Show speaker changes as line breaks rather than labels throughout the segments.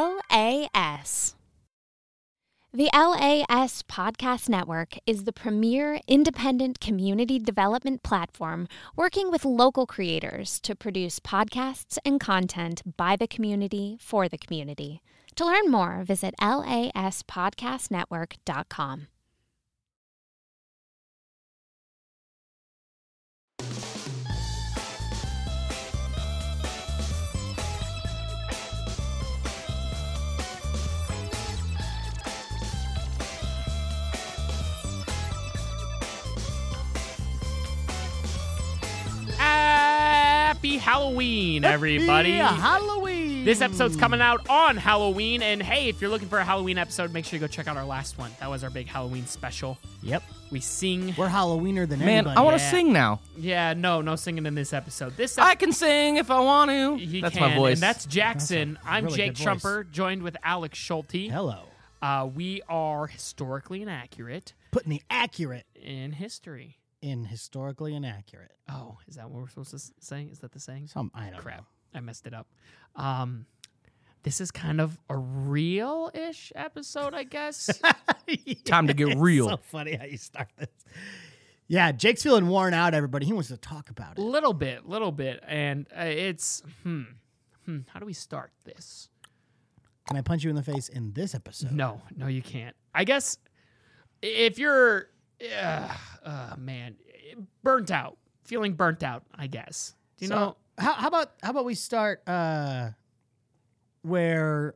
LAS. The LAS Podcast Network is the premier independent community development platform working with local creators to produce podcasts and content by the community for the community. To learn more, visit laspodcastnetwork.com.
Happy Halloween, everybody.
Yeah, Halloween.
This episode's coming out on Halloween. And hey, if you're looking for a Halloween episode, make sure you go check out our last one. That was our big Halloween special.
Yep.
We sing.
We're Halloweener than
Man,
anybody.
I want to
Yeah.
sing now.
Yeah, no, no singing in this episode. This
I can sing if I want to.
he
that's
can,
my voice.
And that's Jackson. I'm
really
Jake
good voice.
Trumper, joined with Alex Schulte.
Hello.
Uh, we are historically inaccurate
Putting the accurate
in history.
in historically inaccurate.
Oh, is that what we're supposed to s- say? Is that the saying?
Some I don't
crap. I messed it up. Um, this is kind of a real ish episode, I guess.
know.
Time to get
It's
real.
So funny how you start this. Yeah, Jake's feeling worn out. Everybody, he wants to talk about it.
little bit, little bit. And uh, it's, hmm, hmm, how do we start this?
Can I punch you in the face in this episode?
No, no, you can't. I guess if you're, uh, uh, man, burnt out, feeling burnt out, I guess. Do you
So,
know?
how, how about how about we start uh, where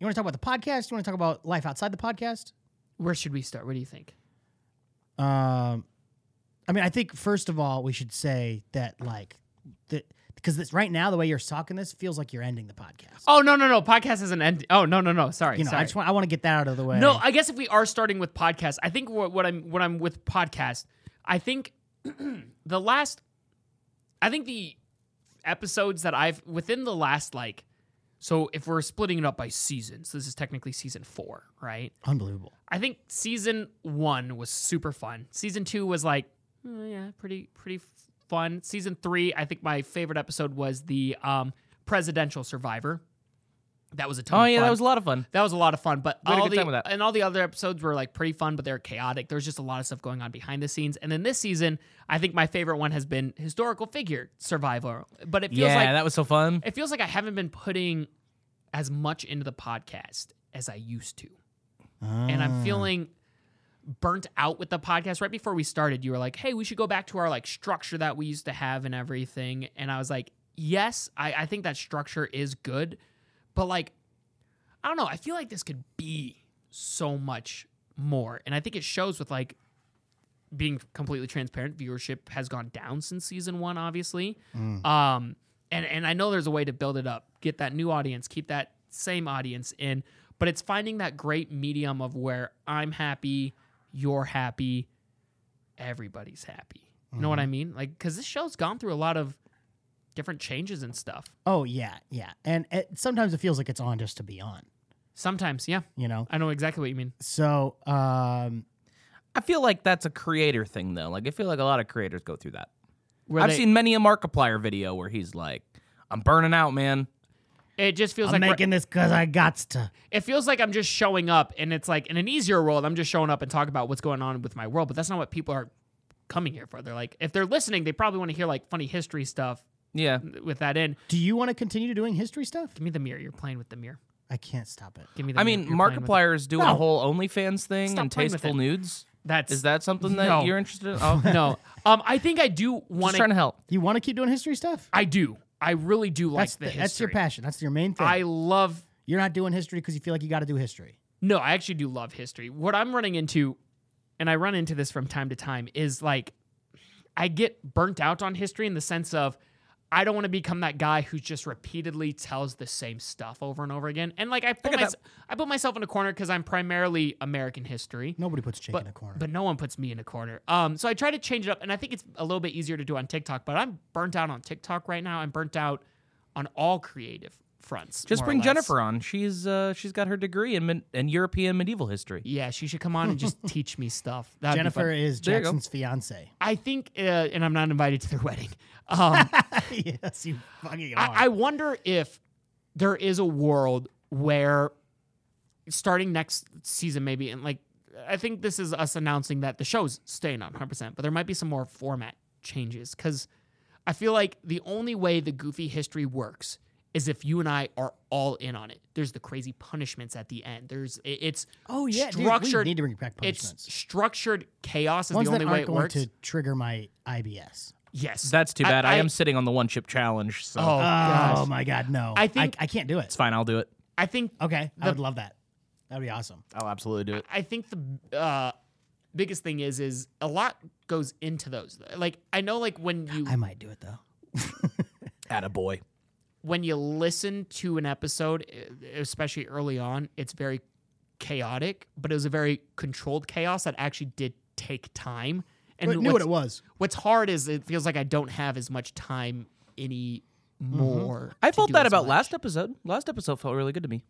you want to talk about the podcast? You want to talk about life outside the podcast?
Where should we start? What do you think?
Um, I mean, I think first of all, we should say that like that because this right now the way you're talking this feels like you're ending the podcast.
Oh, no, no, no. Podcast isn't end. Oh, no, no, no. Sorry.
you know,
sorry.
I just want I want to get that out of the way.
No, I guess if we are starting with podcast, I think what, what I'm what I'm with podcast, I think the last, I think the episodes that I've within the last like, so if we're splitting it up by seasons, this is technically season four, right?
unbelievable.
I think season one was super fun. Season two was like, oh, yeah, pretty pretty f- fun. Season three, I think my favorite episode was the um, presidential survivor. That was a ton.
oh
of
yeah,
fun.
that was a lot of fun.
That was a lot of fun, but
We had a
all
good
the
time with that.
and all the other episodes were like pretty fun, but they're chaotic. There's just a lot of stuff going on behind the scenes. And then this season, I think my favorite one has been historical figure survival. But it feels
Yeah,
like
that was so fun.
it feels like I haven't been putting as much into the podcast as I used to, and I'm feeling burnt out with the podcast. Right before we started, you were like, "Hey, we should go back to our like structure that we used to have and everything," and I was like, "Yes, I, I think that structure is good, but like, I don't know. I feel like this could be so much more, and I think it shows with like." Being completely transparent, viewership has gone down since season one, obviously. Um, and and I know there's a way to build it up, get that new audience, keep that same audience in, but it's finding that great medium of where I'm happy, you're happy, everybody's happy. You know what I mean? Like, because this show's gone through a lot of different changes and stuff.
Oh yeah, yeah. And it, sometimes it feels like it's on just to be on.
Sometimes, yeah,
You know.
I know exactly what you mean.
So um,
I feel like that's a creator thing though. Like I feel like a lot of creators go through that.
Where
I've
they-
seen many a Markiplier video where he's like, "I'm burning out, man."
it. Just feels
I'm
like we're-
making this because I got to.
it feels like I'm just showing up, and it's like in an easier world, I'm just showing up and talking about what's going on with my world. But that's not what people are coming here for. They're like, if they're listening, they probably want to hear like funny history stuff
Yeah.
with that in.
Do you want to continue doing history stuff?
Give me the mirror. You're playing with the mirror.
I can't stop it.
Give me. The
I
mirror.
mean,
You're playing with
Markiplier is doing
No.
a whole OnliFans thing
Stop
and
playing with
tasteful
it.
nudes.
it. That's
Is that something that
No.
you're interested in? Oh, just
no. Um, I think I do want
trying to help.
You want to keep doing history stuff?
I do. I really do like
that's
the
th-
history.
that's your passion. That's your main thing.
I love.
You're not doing history because you feel like you got to do history.
No, I actually do love history. What I'm running into, and I run into this from time to time, is like I get burnt out on history in the sense of I don't want to become that guy who just repeatedly tells the same stuff over and over again. And like I put,
get
my,
that.
I put myself in a corner because I'm primarily American history.
Nobody puts Jake
but,
in a corner.
But no one puts me in a corner. Um, so I try to change it up, and I think it's a little bit easier to do on TikTok. But I'm burnt out on TikTok right now. I'm burnt out on all creative fronts.
Just
more or
bring
less.
Jennifer on. She's uh, she's got her degree in, men- in European medieval history.
Yeah, she should come on and just teach me stuff. That'd be
Jennifer
fun.
is
There you go.
Jackson's fiance.
I think, uh, and I'm not invited to their wedding. Um,
yes, you fucking are.
I, I wonder if there is a world where starting next season maybe and like I think this is us announcing that the show's staying on 100%, but there might be some more format changes cuz I feel like the only way the goofy history works is if you and I are all in on it. There's the crazy punishments at the end. There's it- it's
Oh yeah, dude, we
structured
need to bring back punishments.
it's structured chaos is
Ones
the only
that
way
aren't
it
going
works.
to trigger my IBS.
Yes.
That's too
I-
bad. I,
I-
am sitting on the one chip challenge, so
Oh,
Oh,
gosh.
my god, no!
I think-
I, can't do it.
it's fine. I'll do it.
I think
Okay, I
The-
would love that. That'd be awesome.
I'll absolutely do it.
I think the uh, biggest thing is is a lot goes into those. Like I know, like when you
I might do it though.
At a boy.
when you listen to an episode, e- especially early on, it's very chaotic, but it was a very controlled chaos that actually did take time. And
But knew
what's,
what it was.
what's hard is it feels like I don't have as much time anymore.
Mm-hmm. I
to
felt
do
that
as
about
much.
last episode. Last episode felt really good to me.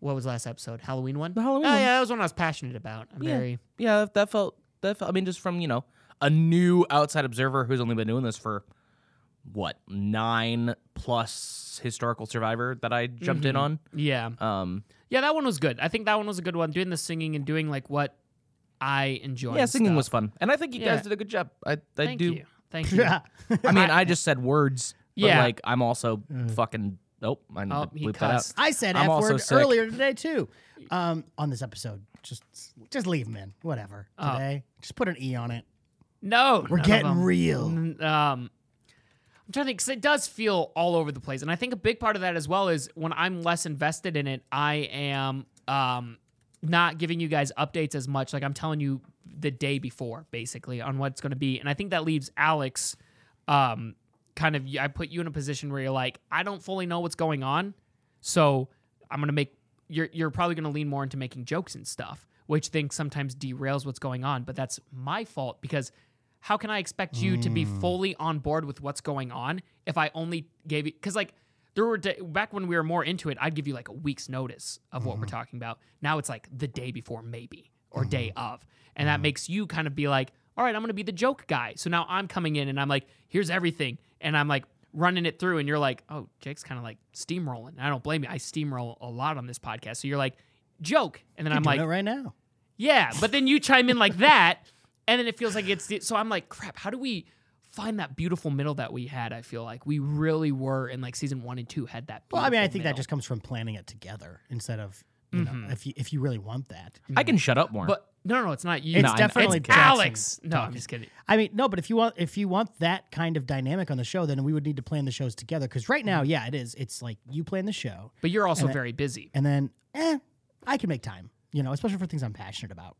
What was last episode? Halloween one.
The Halloween
Oh
one.
yeah, that was one I was passionate about. I'm
Yeah.
very
Yeah, that- that felt that felt I mean just from, you know, a new outside observer who's only been doing this for what, 9 plus historical survivor that I jumped in
Mm-hmm.
on.
yeah.
Um
Yeah, that one was good. I think that one was a good one. Doing the singing and doing like what I enjoy.
yeah,
and
singing
stuff.
was fun. And I think you
Yeah.
guys did a good job. I I
Thank
do
you. Thank you.
Yeah.
I mean, I just said words, but
Yeah.
like I'm also fucking nope, I need
Oh,
to
he
bleep that out.
cussed.
I said
I'm
F
also
word
sick.
earlier today too. Um, on this episode, just just leave them in. Whatever.
Oh.
Today, just put an E on it.
No,
We're
none of
getting
them.
real.
Mm, Um, I'm trying to think because it does feel all over the place, and I think a big part of that as well is when I'm less invested in it, I am um not giving you guys updates as much. Like I'm telling you the day before, basically, on what's going to be, and I think that leaves Alex, um, kind of. I put you in a position where you're like, I don't fully know what's going on, so I'm gonna make you're you're probably gonna lean more into making jokes and stuff, which then sometimes derails what's going on. But that's my fault because how can I expect you to be fully on board with what's going on if I only gave you because like there were da- back when we were more into it, I'd give you like a week's notice of what we're talking about. Now it's like the day before maybe or day of, and that makes you kind of be like, all right, I'm gonna be the joke guy. So now I'm coming in and I'm like, here's everything, and I'm like running it through and you're like, oh, Jake's kind of like steamrolling. And I don't blame you. I steamroll a lot on this podcast. So you're like, joke. And then I'm
Doing
like,
it right now.
yeah. But then you chime in like that. And then it feels like it's, so I'm like, crap, how do we find that beautiful middle that we had? I feel like we really were in like season one and two had that.
Well, I mean, I
beautiful
think
middle. Mm-hmm.
that just comes from planning it together instead of you know if you if you really want that.
I can shut up more.
but no, no, it's not you.
It's
No, I know.
definitely Jackson
Alex. No, I'm
talking.
just kidding.
I mean, no, but if you want if you want that kind of dynamic on the show, then we would need to plan the shows together. Because right
Mm-hmm.
now, yeah, it is. It's like you plan the show,
But you're also very busy.
and then eh, I can make time. You know, especially for things I'm passionate about.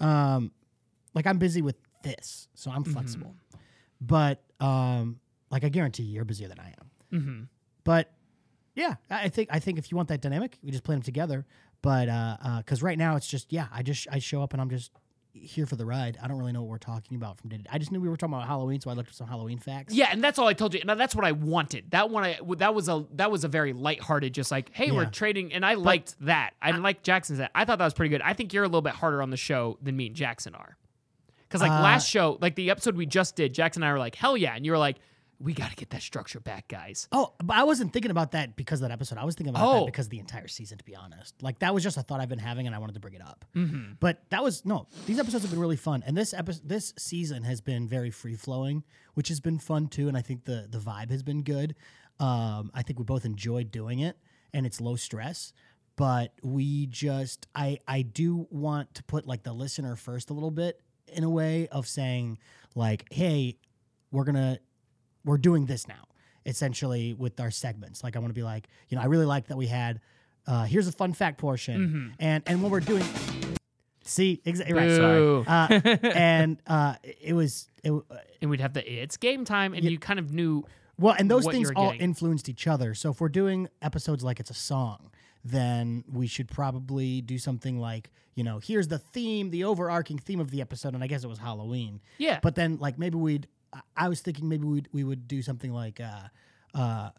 Um, like I'm busy with this, so I'm flexible. But um, like I guarantee you're busier than I am.
hmm
But yeah, I I think I think if you want that dynamic, we just play them together. But because right now it's just yeah, I just I show up and I'm just here for the ride. I don't really know what we're talking about from day to day. I just knew we were talking about Halloween, so I looked up some Halloween facts.
Yeah, and that's all I told you. Now that's what I wanted. That one, I that was a that was a very lighthearted, just like, hey, we're
Yeah.
trading, and I liked that. I, liked Jackson's. That I thought that was pretty good. I think you're a little bit harder on the show than me and Jackson are, because like
Uh,
last show, like the episode we just did, Jackson and I were like, hell yeah, and you were like, we got to get that structure back, guys.
Oh, but I wasn't thinking about that because of that episode. I was thinking about
Oh.
that because of the entire season, to be honest. Like that was just a thought I've been having, and I wanted to bring it up. But that was no; these episodes have been really fun, and this episode, this season has been very free flowing, which has been fun too. And I think the the vibe has been good. Um, I think we both enjoyed doing it, and it's low stress. But we just, I I do want to put like the listener first a little bit in a way of saying like, hey, we're gonna we're doing this now essentially with our segments like i want to be like you know i really like that we had uh here's a fun fact portion
Mm-hmm.
and and when we're doing see exactly right sorry
Boo.
uh, and uh it was it, w-
And we'd have the it's game time, and you kind of knew.
well and those
What
things
you're
all
getting.
influenced each other so if we're doing episodes like it's a song then we should probably do something like you know here's the theme the overarching theme of the episode and i guess it was halloween
Yeah,
but then like maybe we'd I- I was thinking maybe we'd we would do something like uh uh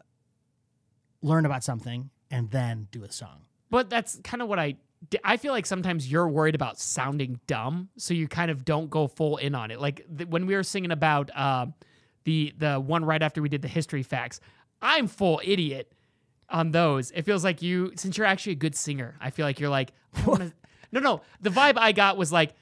learn about something and then do a song.
But that's kind of what I di- I feel like sometimes you're worried about sounding dumb, so you kind of don't go full in on it. Like th- when we were singing about uh, the the one right after we did the history facts, I'm full idiot, on those, it feels like you, since you're actually a good singer, I feel like you're like, I wanna, no, no. The vibe I got was like,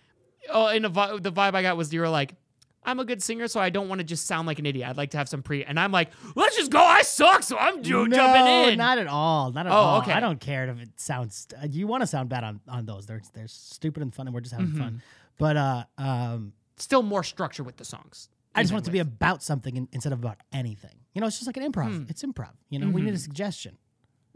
oh, and the, vi- the vibe I got was you were like, I'm a good singer, so I don't want to just sound like an idiot. I'd like to have some pre. And I'm like, let's just go. I suck, so I'm ju- jumping
no,
in.
not at all. Not at
Oh,
all.
okay.
I don't care if it sounds. uh, You want to sound bad on, on those? They're they're stupid and fun, and we're just having fun. But uh, um,
Still more structure with the songs.
I just
even
want it to
with-
be about something in, instead of about anything. You know, it's just like an improv. It's improv. You know, we need a suggestion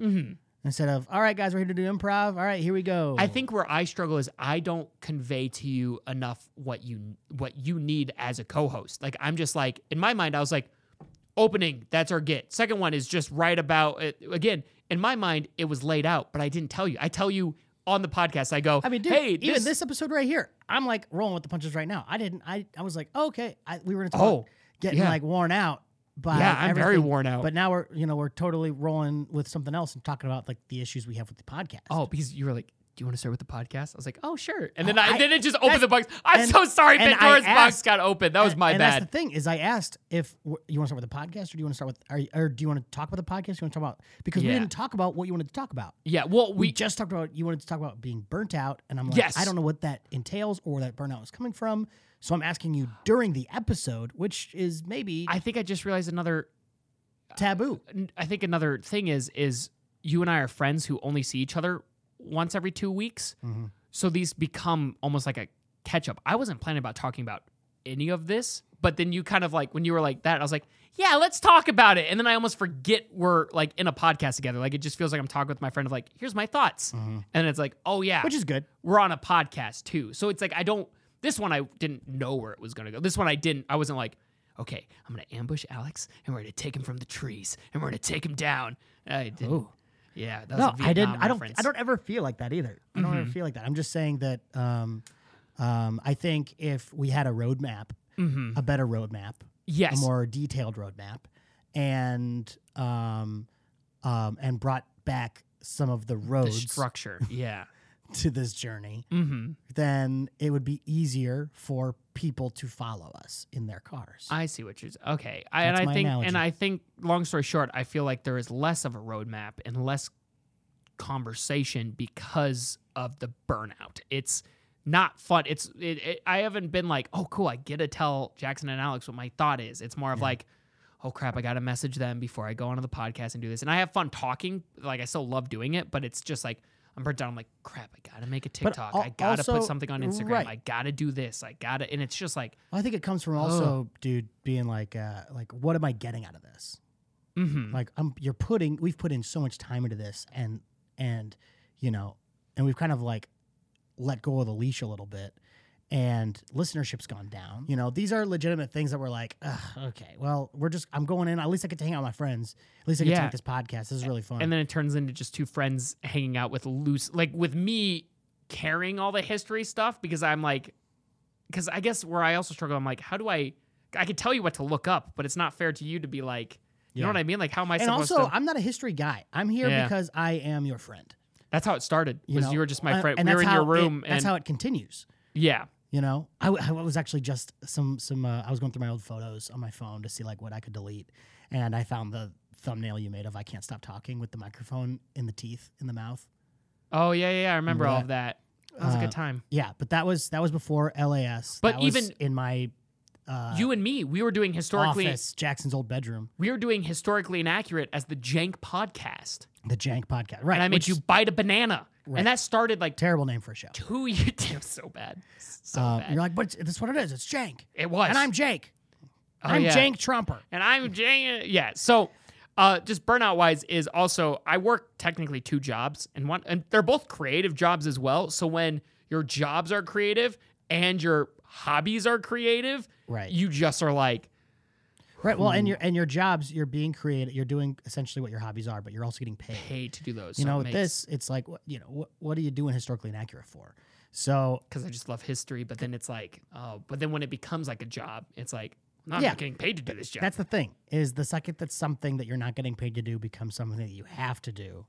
Mm-hmm.
Mhm.
instead of all right, guys, we're here to do improv. All right, here we go.
I think where I struggle is I don't convey to you enough what you what you need as a co-host. Like I'm just like in my mind I was like opening that's our get. Second one is just right about it. again in my mind it was laid out, but I didn't tell you. I tell you on the podcast. I go.
I mean, dude,
hey,
even
this,
this, episode right here, I'm like rolling with the punches right now. I didn't. I I was like, oh, okay, I, we were gonna talk,
Oh,
getting
yeah.
like worn out. By
Yeah, I'm very
everything,
worn out.
But now we're you know we're totally rolling with something else and talking about like the issues we have with the podcast.
Oh, because you were like. Do you want to start with the podcast? I was like, "Oh, sure." And then
Oh,
I,
I-
then it just opened
that's-
the box. I'm
and-
so sorry,
and I
Pandora's box
asked-
got open. That was my
and
bad.
that's the thing is, I asked if w- you want to start with the podcast or do you want to start with are you- or do you want to talk about the podcast? You want to talk about because we
Yeah.
didn't talk about what you wanted to talk about.
yeah. Well,
We,
we
just talked about you wanted to talk about being burnt out, and I'm like,
Yes.
I don't know what that entails or where that burnout is coming from. So I'm asking you during the episode, which is maybe
I think I just realized another
taboo.
n- I think another thing is is you and I are friends who only see each other once every two weeks,
Mhm.
so these become almost like a catch up. I wasn't planning about talking about any of this, but then you kind of like when you were like that, I was like, yeah, let's talk about it, and then I almost forget we're like in a podcast together. Like it just feels like I'm talking with my friend of like, here's my thoughts, and it's like, oh yeah,
which is good.
we're on a podcast too. So it's like I don't this one I didn't know where it was gonna go. This one I didn't I wasn't like, okay, I'm gonna ambush Alex and we're gonna take him from the trees and we're gonna take him down. I didn't Yeah, that was
No,
a
I didn't.
Vietnam
I don't.
reference. Mm-hmm.
I don't ever feel like that either. I don't ever feel like that. I'm just saying that. Um, um, I think if we had a roadmap, a better roadmap,
Mm-hmm. Yes.
a more detailed roadmap, and um, um, and brought back some of the
the
roads
structure. Yeah.
to this journey,
mm-hmm.
then it would be easier for people to follow us in their cars.
I see what you're okay. I, and
That's
I
my
think and
analogy.
I think long story short, I feel like there is less of a roadmap and less conversation because of the burnout. It's not fun. It's it, it, I haven't been like, oh cool, I get to tell Jackson and Alex what my thought is. It's more of like, oh crap, I got to message them before I go onto the podcast and do this. And I have fun talking. Like I still love doing it, but it's just like. I'm burnt down. I'm like, crap, I gotta make a TikTok.
al-
I gotta put
also-
something on Instagram.
right.
I gotta do this. I gotta, and it's just like,
Well, I think it comes from also,
Oh.
dude, being like, uh, like, what am I getting out of this?
mm-hmm.
like I'm you're putting we've put in so much time into this and and you know and we've kind of like let go of the leash a little bit and listenership's gone down you know these are legitimate things that we're like "Ugh, okay well we're just i'm going in at least i get to hang out with my friends at least i get
Yeah.
to make this podcast this is really fun
and then it turns into just two friends hanging out with loose like with me carrying all the history stuff because i'm like because i guess where i also struggle i'm like how do i i could tell you what to look up but it's not fair to you to be like you know
Yeah.
what i mean like how am i
and
supposed
also
to
i'm not a history guy i'm here
Yeah.
because i am your friend
that's how it started
you
was
know?
you were just my
Uh,
friend
and
we were
that's
in your
how it-
room and
that's how it continues
yeah
You know, I, w- I was actually just some some. Uh, I was going through my old photos on my phone to see like what I could delete, and I found the thumbnail you made of "I can't stop talking" with the microphone in the teeth in the mouth.
oh yeah yeah, yeah i remember
Remember
all of that that was a good
Uh,
time
Yeah, but that was that was before LAS.
But
That was
even-
in my uh,
you and me we were doing historically
office, Jackson's old bedroom,
we were doing historically inaccurate as the jank podcast
the Jank podcast, right?
and i made
which
you
is
bite a banana
Right.
and that started like
terrible name for a show.
two years damn so bad so
Uh,
bad
you're like, but it's- this is what it is. It's Jank,
It was.
and I'm Jake.
Oh,
I'm
yeah.
Jank Trumper.
and I'm Jane. Yeah. So, uh, just burnout wise is also I work technically two jobs and one, and they're both creative jobs as well. So when your jobs are creative and your hobbies are creative,
Right.
You just are like,
Right. Well, and your and your jobs, you're being creative. You're doing essentially what your hobbies are, but you're also getting paid.
paid to do those.
you know, with this, it's like, wh- you know, what, what are you doing historically inaccurate for? So,
because I just love history. But then it's like, oh, but then when it becomes like a job, it's like, no, I'm
Yeah.
not getting paid to do this job.
that's the thing is the second that something that you're not getting paid to do becomes something that you have to do,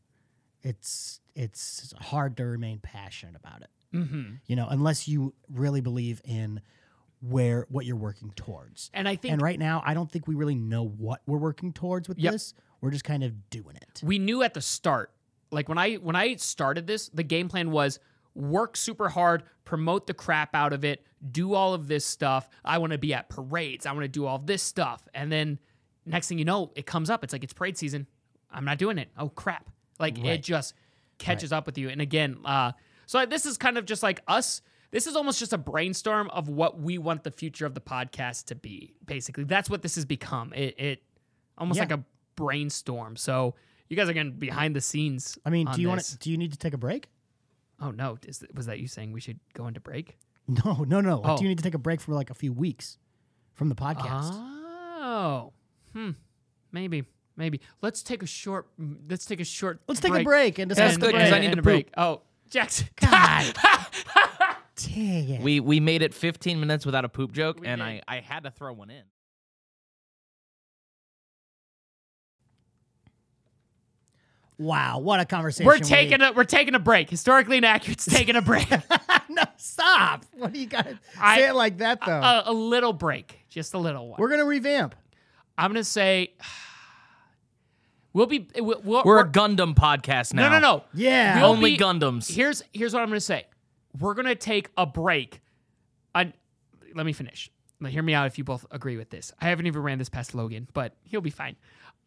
it's it's hard to remain passionate about it.
mm-hmm.
You know, unless you really believe in where what you're working towards.
And I think
And right now, I don't think we really know what we're working towards with
Yep.
this. We're just kind of doing it.
we knew at the start like when i when i started this the game plan was work super hard promote the crap out of it do all of this stuff i want to be at parades i want to do all this stuff and then next thing you know it comes up it's like it's parade season i'm not doing it oh crap like it just catches up with you and again uh so this is kind of just like us this is almost just a brainstorm of what we want the future of the podcast to be basically that's what this has become it it almost
Yeah.
like a brainstorm so you guys are getting behind the scenes.
I mean,
on
do you want
this.
to? Do you need to take a break?
Oh no! Is, was that you saying we should go into break?
No, no, no. Like,
Oh. Ah.
Do you need to take a break for like a few weeks from the podcast?
Oh, hmm. Maybe, maybe. Let's take a short. Let's take a short.
Let's take a break and discuss
That's
And-
the
good, 'cause I
and
need to
a
poop.
break. Oh, Jackson.
God. Dang it.
We we made it 15 minutes without a poop joke,
We
and
did.
I I had to throw one in.
wow, what a conversation.
we're
we-
taking a we're taking a break. Historically inaccurate's taking a
Uh,
break.
no, stop. What do you got?
I- uh,
Say it like that though.
a, a little break, just a little one.
We're gonna revamp.
I'm gonna say we'll be we'll, we'll,
We're a Gundam podcast
no no
now.
no
Yeah.
We'll
Only
be-
Gundams.
Here's here's what I'm gonna say. We're gonna take a break. I, let me finish. Now, Hear me out if you both agree with this. I haven't even ran this past Logan, but he'll be fine.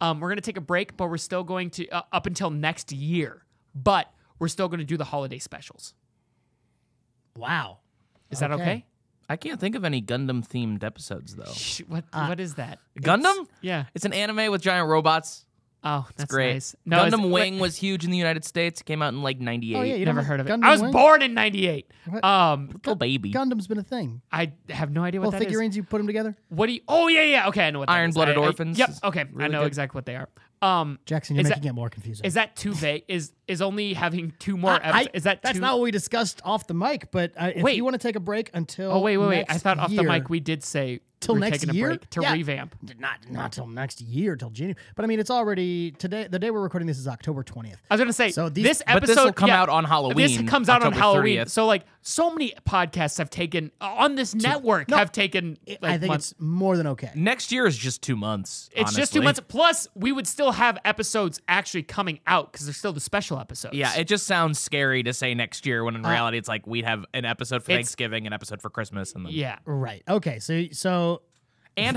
Um, we're gonna take a break, but we're still going to uh, up until next year. But we're still gonna do the holiday specials.
Wow.
Is that okay?
Okay.
I can't think of any Gundam themed episodes though.
Sh- What
Uh,
what is that?
Gundam?
Yeah.
It's an anime with giant robots.
Oh, that's
Great.
nice. it's-
Gundam
wait,
Wing was huge in the United States. It came out in like 98.
Oh yeah, you
Never
never
heard of it.
Gundam
I was
Wing?
born in '98.
What?
Um,
Little baby.
Gundam's been a thing.
I have no idea what
Little
that is.
figurines, you put them together.
What do you? Oh yeah, yeah. Okay, I know what. that is.
Iron-blooded
I- I-
orphans
Yep.
is
Okay, I
really
know
good.
exactly what they are. Um,
Jackson, you're
Is that-
making it more confusing.
is that too vague? Is is only having two more
I- I-
episodes? Is that
that's
too,
not what we discussed off the mic? But uh, if
Wait.
you want to take a break until
Oh wait, wait, wait. I
next
thought off the
year-
mic we did say
Till
we're
next
taking
year?
a break to
Yeah.
revamp.
not not till next year, till January. But I mean, it's already today. The day we're recording this is October twentieth.
I was gonna say
So these-
this
But
episode
this'll come
yeah,
out on
This
Halloween,
comes out on
October
Halloween.
30th.
So like so many podcasts have taken on this network
No,
have taken. Like,
I think
months.
it's more than okay.
Next year is just two months.
It's just two
honestly.
months. Plus, we would still have episodes actually coming out because there's still the special episodes.
Yeah, it just sounds scary to say next year when in reality it's like we'd have an episode for
Uh, It's-
Thanksgiving, an episode for Christmas, and then
yeah.
Right. Okay. So so
and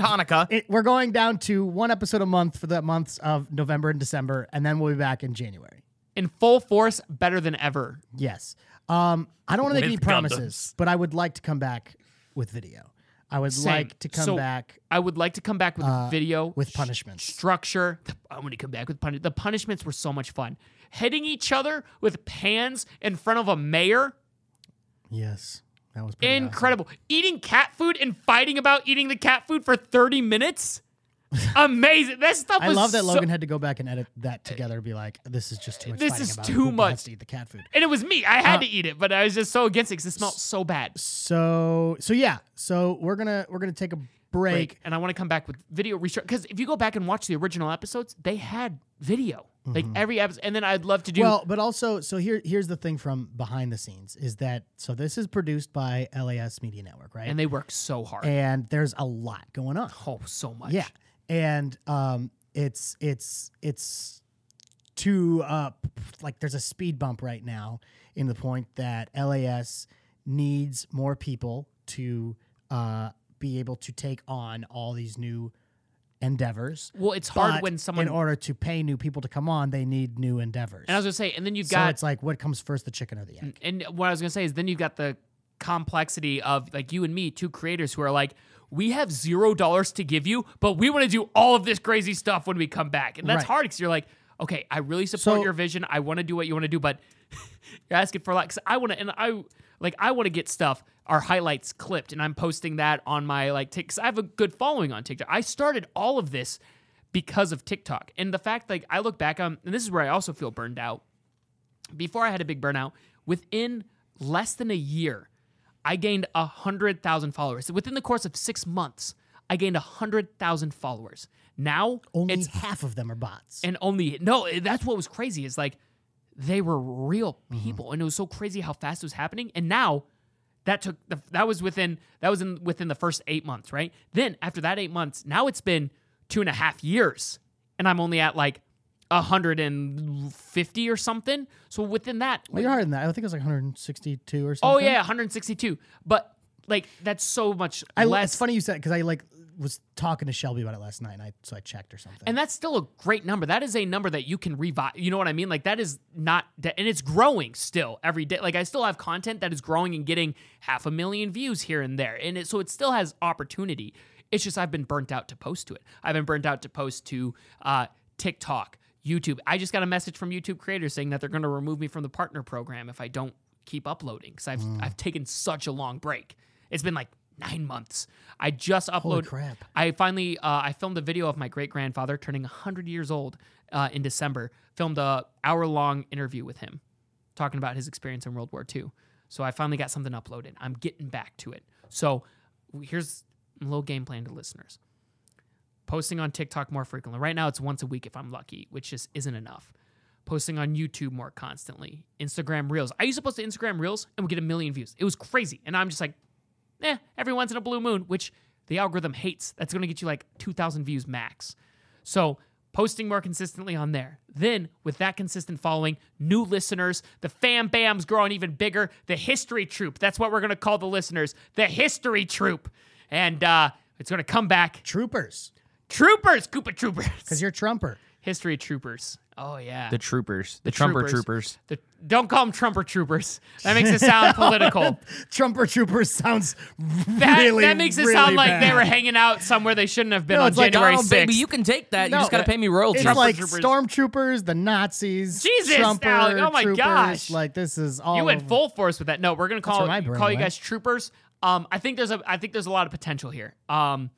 Hanukkah.
it, we're going down to one episode a month for the months of November and December, and then we'll be back in January.
In full force, better than ever.
Yes. Um, I don't want to make
With
any promises, but I would like to come back with video. I would
Same.
like to come
So-
back
I would like to come back with a video
Uh, with
sh-
punishments.
structure. I'm going to come back with punishments. The punishments were so much fun. Hitting each other with pans in front of a mayor,
Yes, that was pretty awesome.
incredible. Eating cat food and fighting about eating the cat food for 30 minutes, amazing. That stuff.
I
was
love that
so-
Logan had to go back and edit that together and be like, "This is just too much.
This
fighting
is
about
too
who
much.
gets to eat the cat food.
And it was me. I had
Uh,
to eat it, but I was just so against it because it smelled so bad.
So, so yeah. So we're gonna we're gonna take a break.
Break. And I want to come back with video restructure because if you go back and watch the original episodes, they had video. Like every episode, and then I'd love to do
Mm-hmm. Well, but also, so here here's the thing from behind the scenes is that so this is produced by LAS Media Network, right?
and they work so hard.
and there's a lot going on.
oh, so much.
Yeah, and um, it's it's it's to uh, p- p- like there's a speed bump right now in the point that LAS needs more people to uh, be able to take on all these new endeavors.
Well, it's hard
But
when someone.
in order to pay new people to come on, they need new endeavors.
and I was gonna say, and then you've
so
got,
it's like what comes first, the chicken or the egg?
and what I was gonna say is, then you've got the complexity of like you and me, two creators who are like, we have zero dollars to give you, but we want to do all of this crazy stuff when we come back, and that's
Right.
hard because you're like, okay, I really support
So-
your vision, I want to do what you want to do, but you're asking for a lot. Because I want to, and I like, I want to get stuff. Our highlights clipped, and I'm posting that on my like tick. 'cause I have a good following on TikTok. I started all of this because of TikTok, and the fact like I look back on, and this is where I also feel burned out. before I had a big burnout, within less than a year, I gained a hundred thousand followers. Within the course of six months, I gained a hundred thousand followers. Now
Only
it's
half of them are bots.
and only no. That's what was crazy is like they were real
Mm-hmm.
people, and it was so crazy how fast it was happening. And now that took the, that was within that was in within the first eight months, right? Then after that eight months, now it's been two and a half years, and I'm only at like 150 or something. So within that,
Well, you're higher than that. I think it was like 162 or something.
oh yeah, 162. But like that's so much
I,
less.
It's funny you said because I like was talking to Shelby about it last night, and I so I checked or something.
And that's still a great number. That is a number that you can revive. You know what I mean? Like that is not, de- and it's growing still every day. Like I still have content that is growing and getting half a million views here and there, and it so it still has opportunity. It's just I've been burnt out to post to it. I've been burnt out to post to uh, TikTok, YouTube. I just got a message from YouTube creators saying that they're going to remove me from the partner program if I don't keep uploading because I've I've taken such a long break. It's been like nine months. I just uploaded.
crap.
I finally uh, I filmed a video of my great grandfather turning 100 years old uh, in December. Filmed a hour long interview with him, talking about his experience in World War II. So I finally got something uploaded. I'm getting back to it. So w- here's a little game plan to listeners. Posting on TikTok more frequently. Right now it's once a week if I'm lucky, which just isn't enough. Posting on YouTube more constantly. Instagram Reels. I used to post to Instagram Reels and would get a million views. It was crazy. And I'm just like, eh, every once in a blue moon, which the algorithm hates. That's going to get you like 2,000 views max. So posting more consistently on there. Then, with that consistent following, new listeners, the fam bam's growing even bigger. The history troop. That's what we're going to call the listeners. The history troop. And uh, it's going to come back.
Troopers,
Troopers, Koopa Troopers.
because you're Trumper.
History troopers. Oh, yeah.
The troopers, the, Trumper
troopers.
troopers.
The- don't call them Trumper troopers. That makes it sound political.
Trumper Troopers sounds
That,
really
that makes it
really
sound like
bad.
they were hanging out somewhere they shouldn't have been
No,
on
it's like,
January
oh,
6th.
baby, you can take that. you just gotta pay me royalties.
It's
Trumper
like
troopers.
stormtroopers, the Nazis,
Jesus,
Trumper
Alec, oh my
troopers.
gosh.
Like this is all
You went
over-
full force with that. No, we're gonna call
where my brain
call you
went.
guys troopers. Um, I think there's a I think there's a lot of potential here. Um,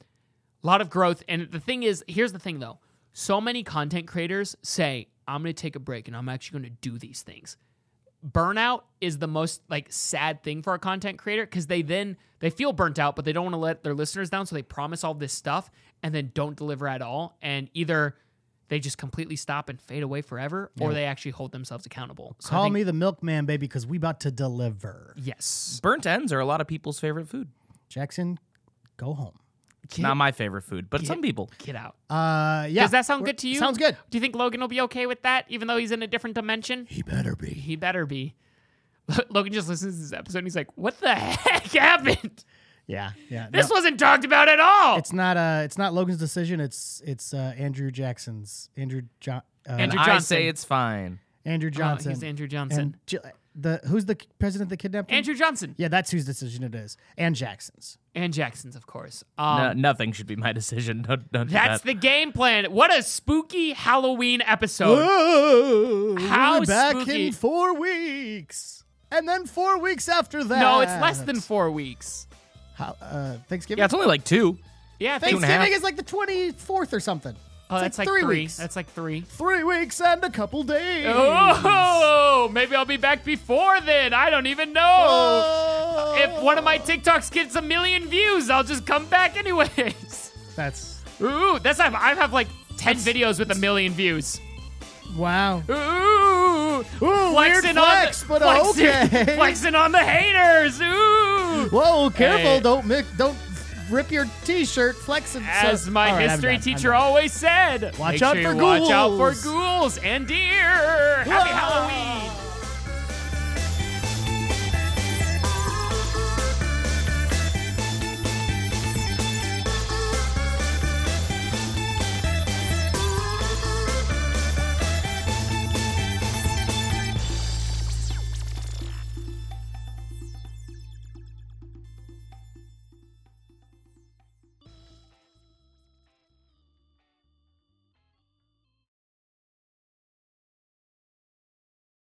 a lot of growth. And the thing is, here's the thing though. So many content creators say, "I'm gonna take a break and I'm actually gonna do these things." Burnout is the most like sad thing for a content creator because they then they feel burnt out, but they don't want to let their listeners down, so they promise all this stuff and then don't deliver at all, and either. They just completely stop and fade away forever, or they actually hold themselves accountable. So I
Call
think-
me the milkman, baby, because we about to deliver.
Yes.
Burnt ends are a lot of people's favorite food.
Jackson, go home.
It's not my favorite food, but some people.
Get out.
Uh, yeah.
Does that sound
We're-
good to you?
Sounds good.
Do you think Logan will be okay with that, even though he's in a different dimension?
He better be.
He better be. Logan just listens to this episode and he's like, what the heck happened?
Yeah, yeah.
This
no,
wasn't talked about at all.
it's not uh, it's not Logan's decision. It's it's uh, Andrew Jackson's Andrew John uh,
Andrew
I
Johnson.
say it's fine.
Andrew
Oh,
Johnson.
he's Andrew Johnson.
And J- the who's the president that kidnapped him?
Andrew Johnson.
Yeah, that's whose decision it is, and Jackson's.
And Jackson's, of course. Um,
no, nothing should be my decision. Don't, don't do
That's
that.
the game plan. What a spooky Halloween episode.
Whoa,
Oh. How
Oh, we're back
spooky.
in four weeks, and then four weeks after that.
No, it's less than four weeks.
How, uh, Thanksgiving.
Yeah, it's only like two.
Yeah, I think-
and a half.
Thanksgiving is like the twenty fourth or something.
Oh,
it's
that's like,
three,
three.
weeks.
That's like three.
three weeks and a couple days.
Oh, maybe I'll be back before then. I don't even know.
Oh.
If one of my TikToks gets a million views, I'll just come back anyways.
That's
Ooh, that's I I have like ten videos with a million views.
wow.
Ooh, Ooh
weird flex, but okay.
flexing on the haters. Ooh.
Whoa, careful!
Hey.
Don't mi- don't rip your T-shirt flexing.
As
so-
my
All right, I'm
history
done, I'm
teacher
done.
always said,
Watch
make
out
sure
for
you Watch out for
ghouls.
ghouls and deer. Happy
Ah.
Halloween.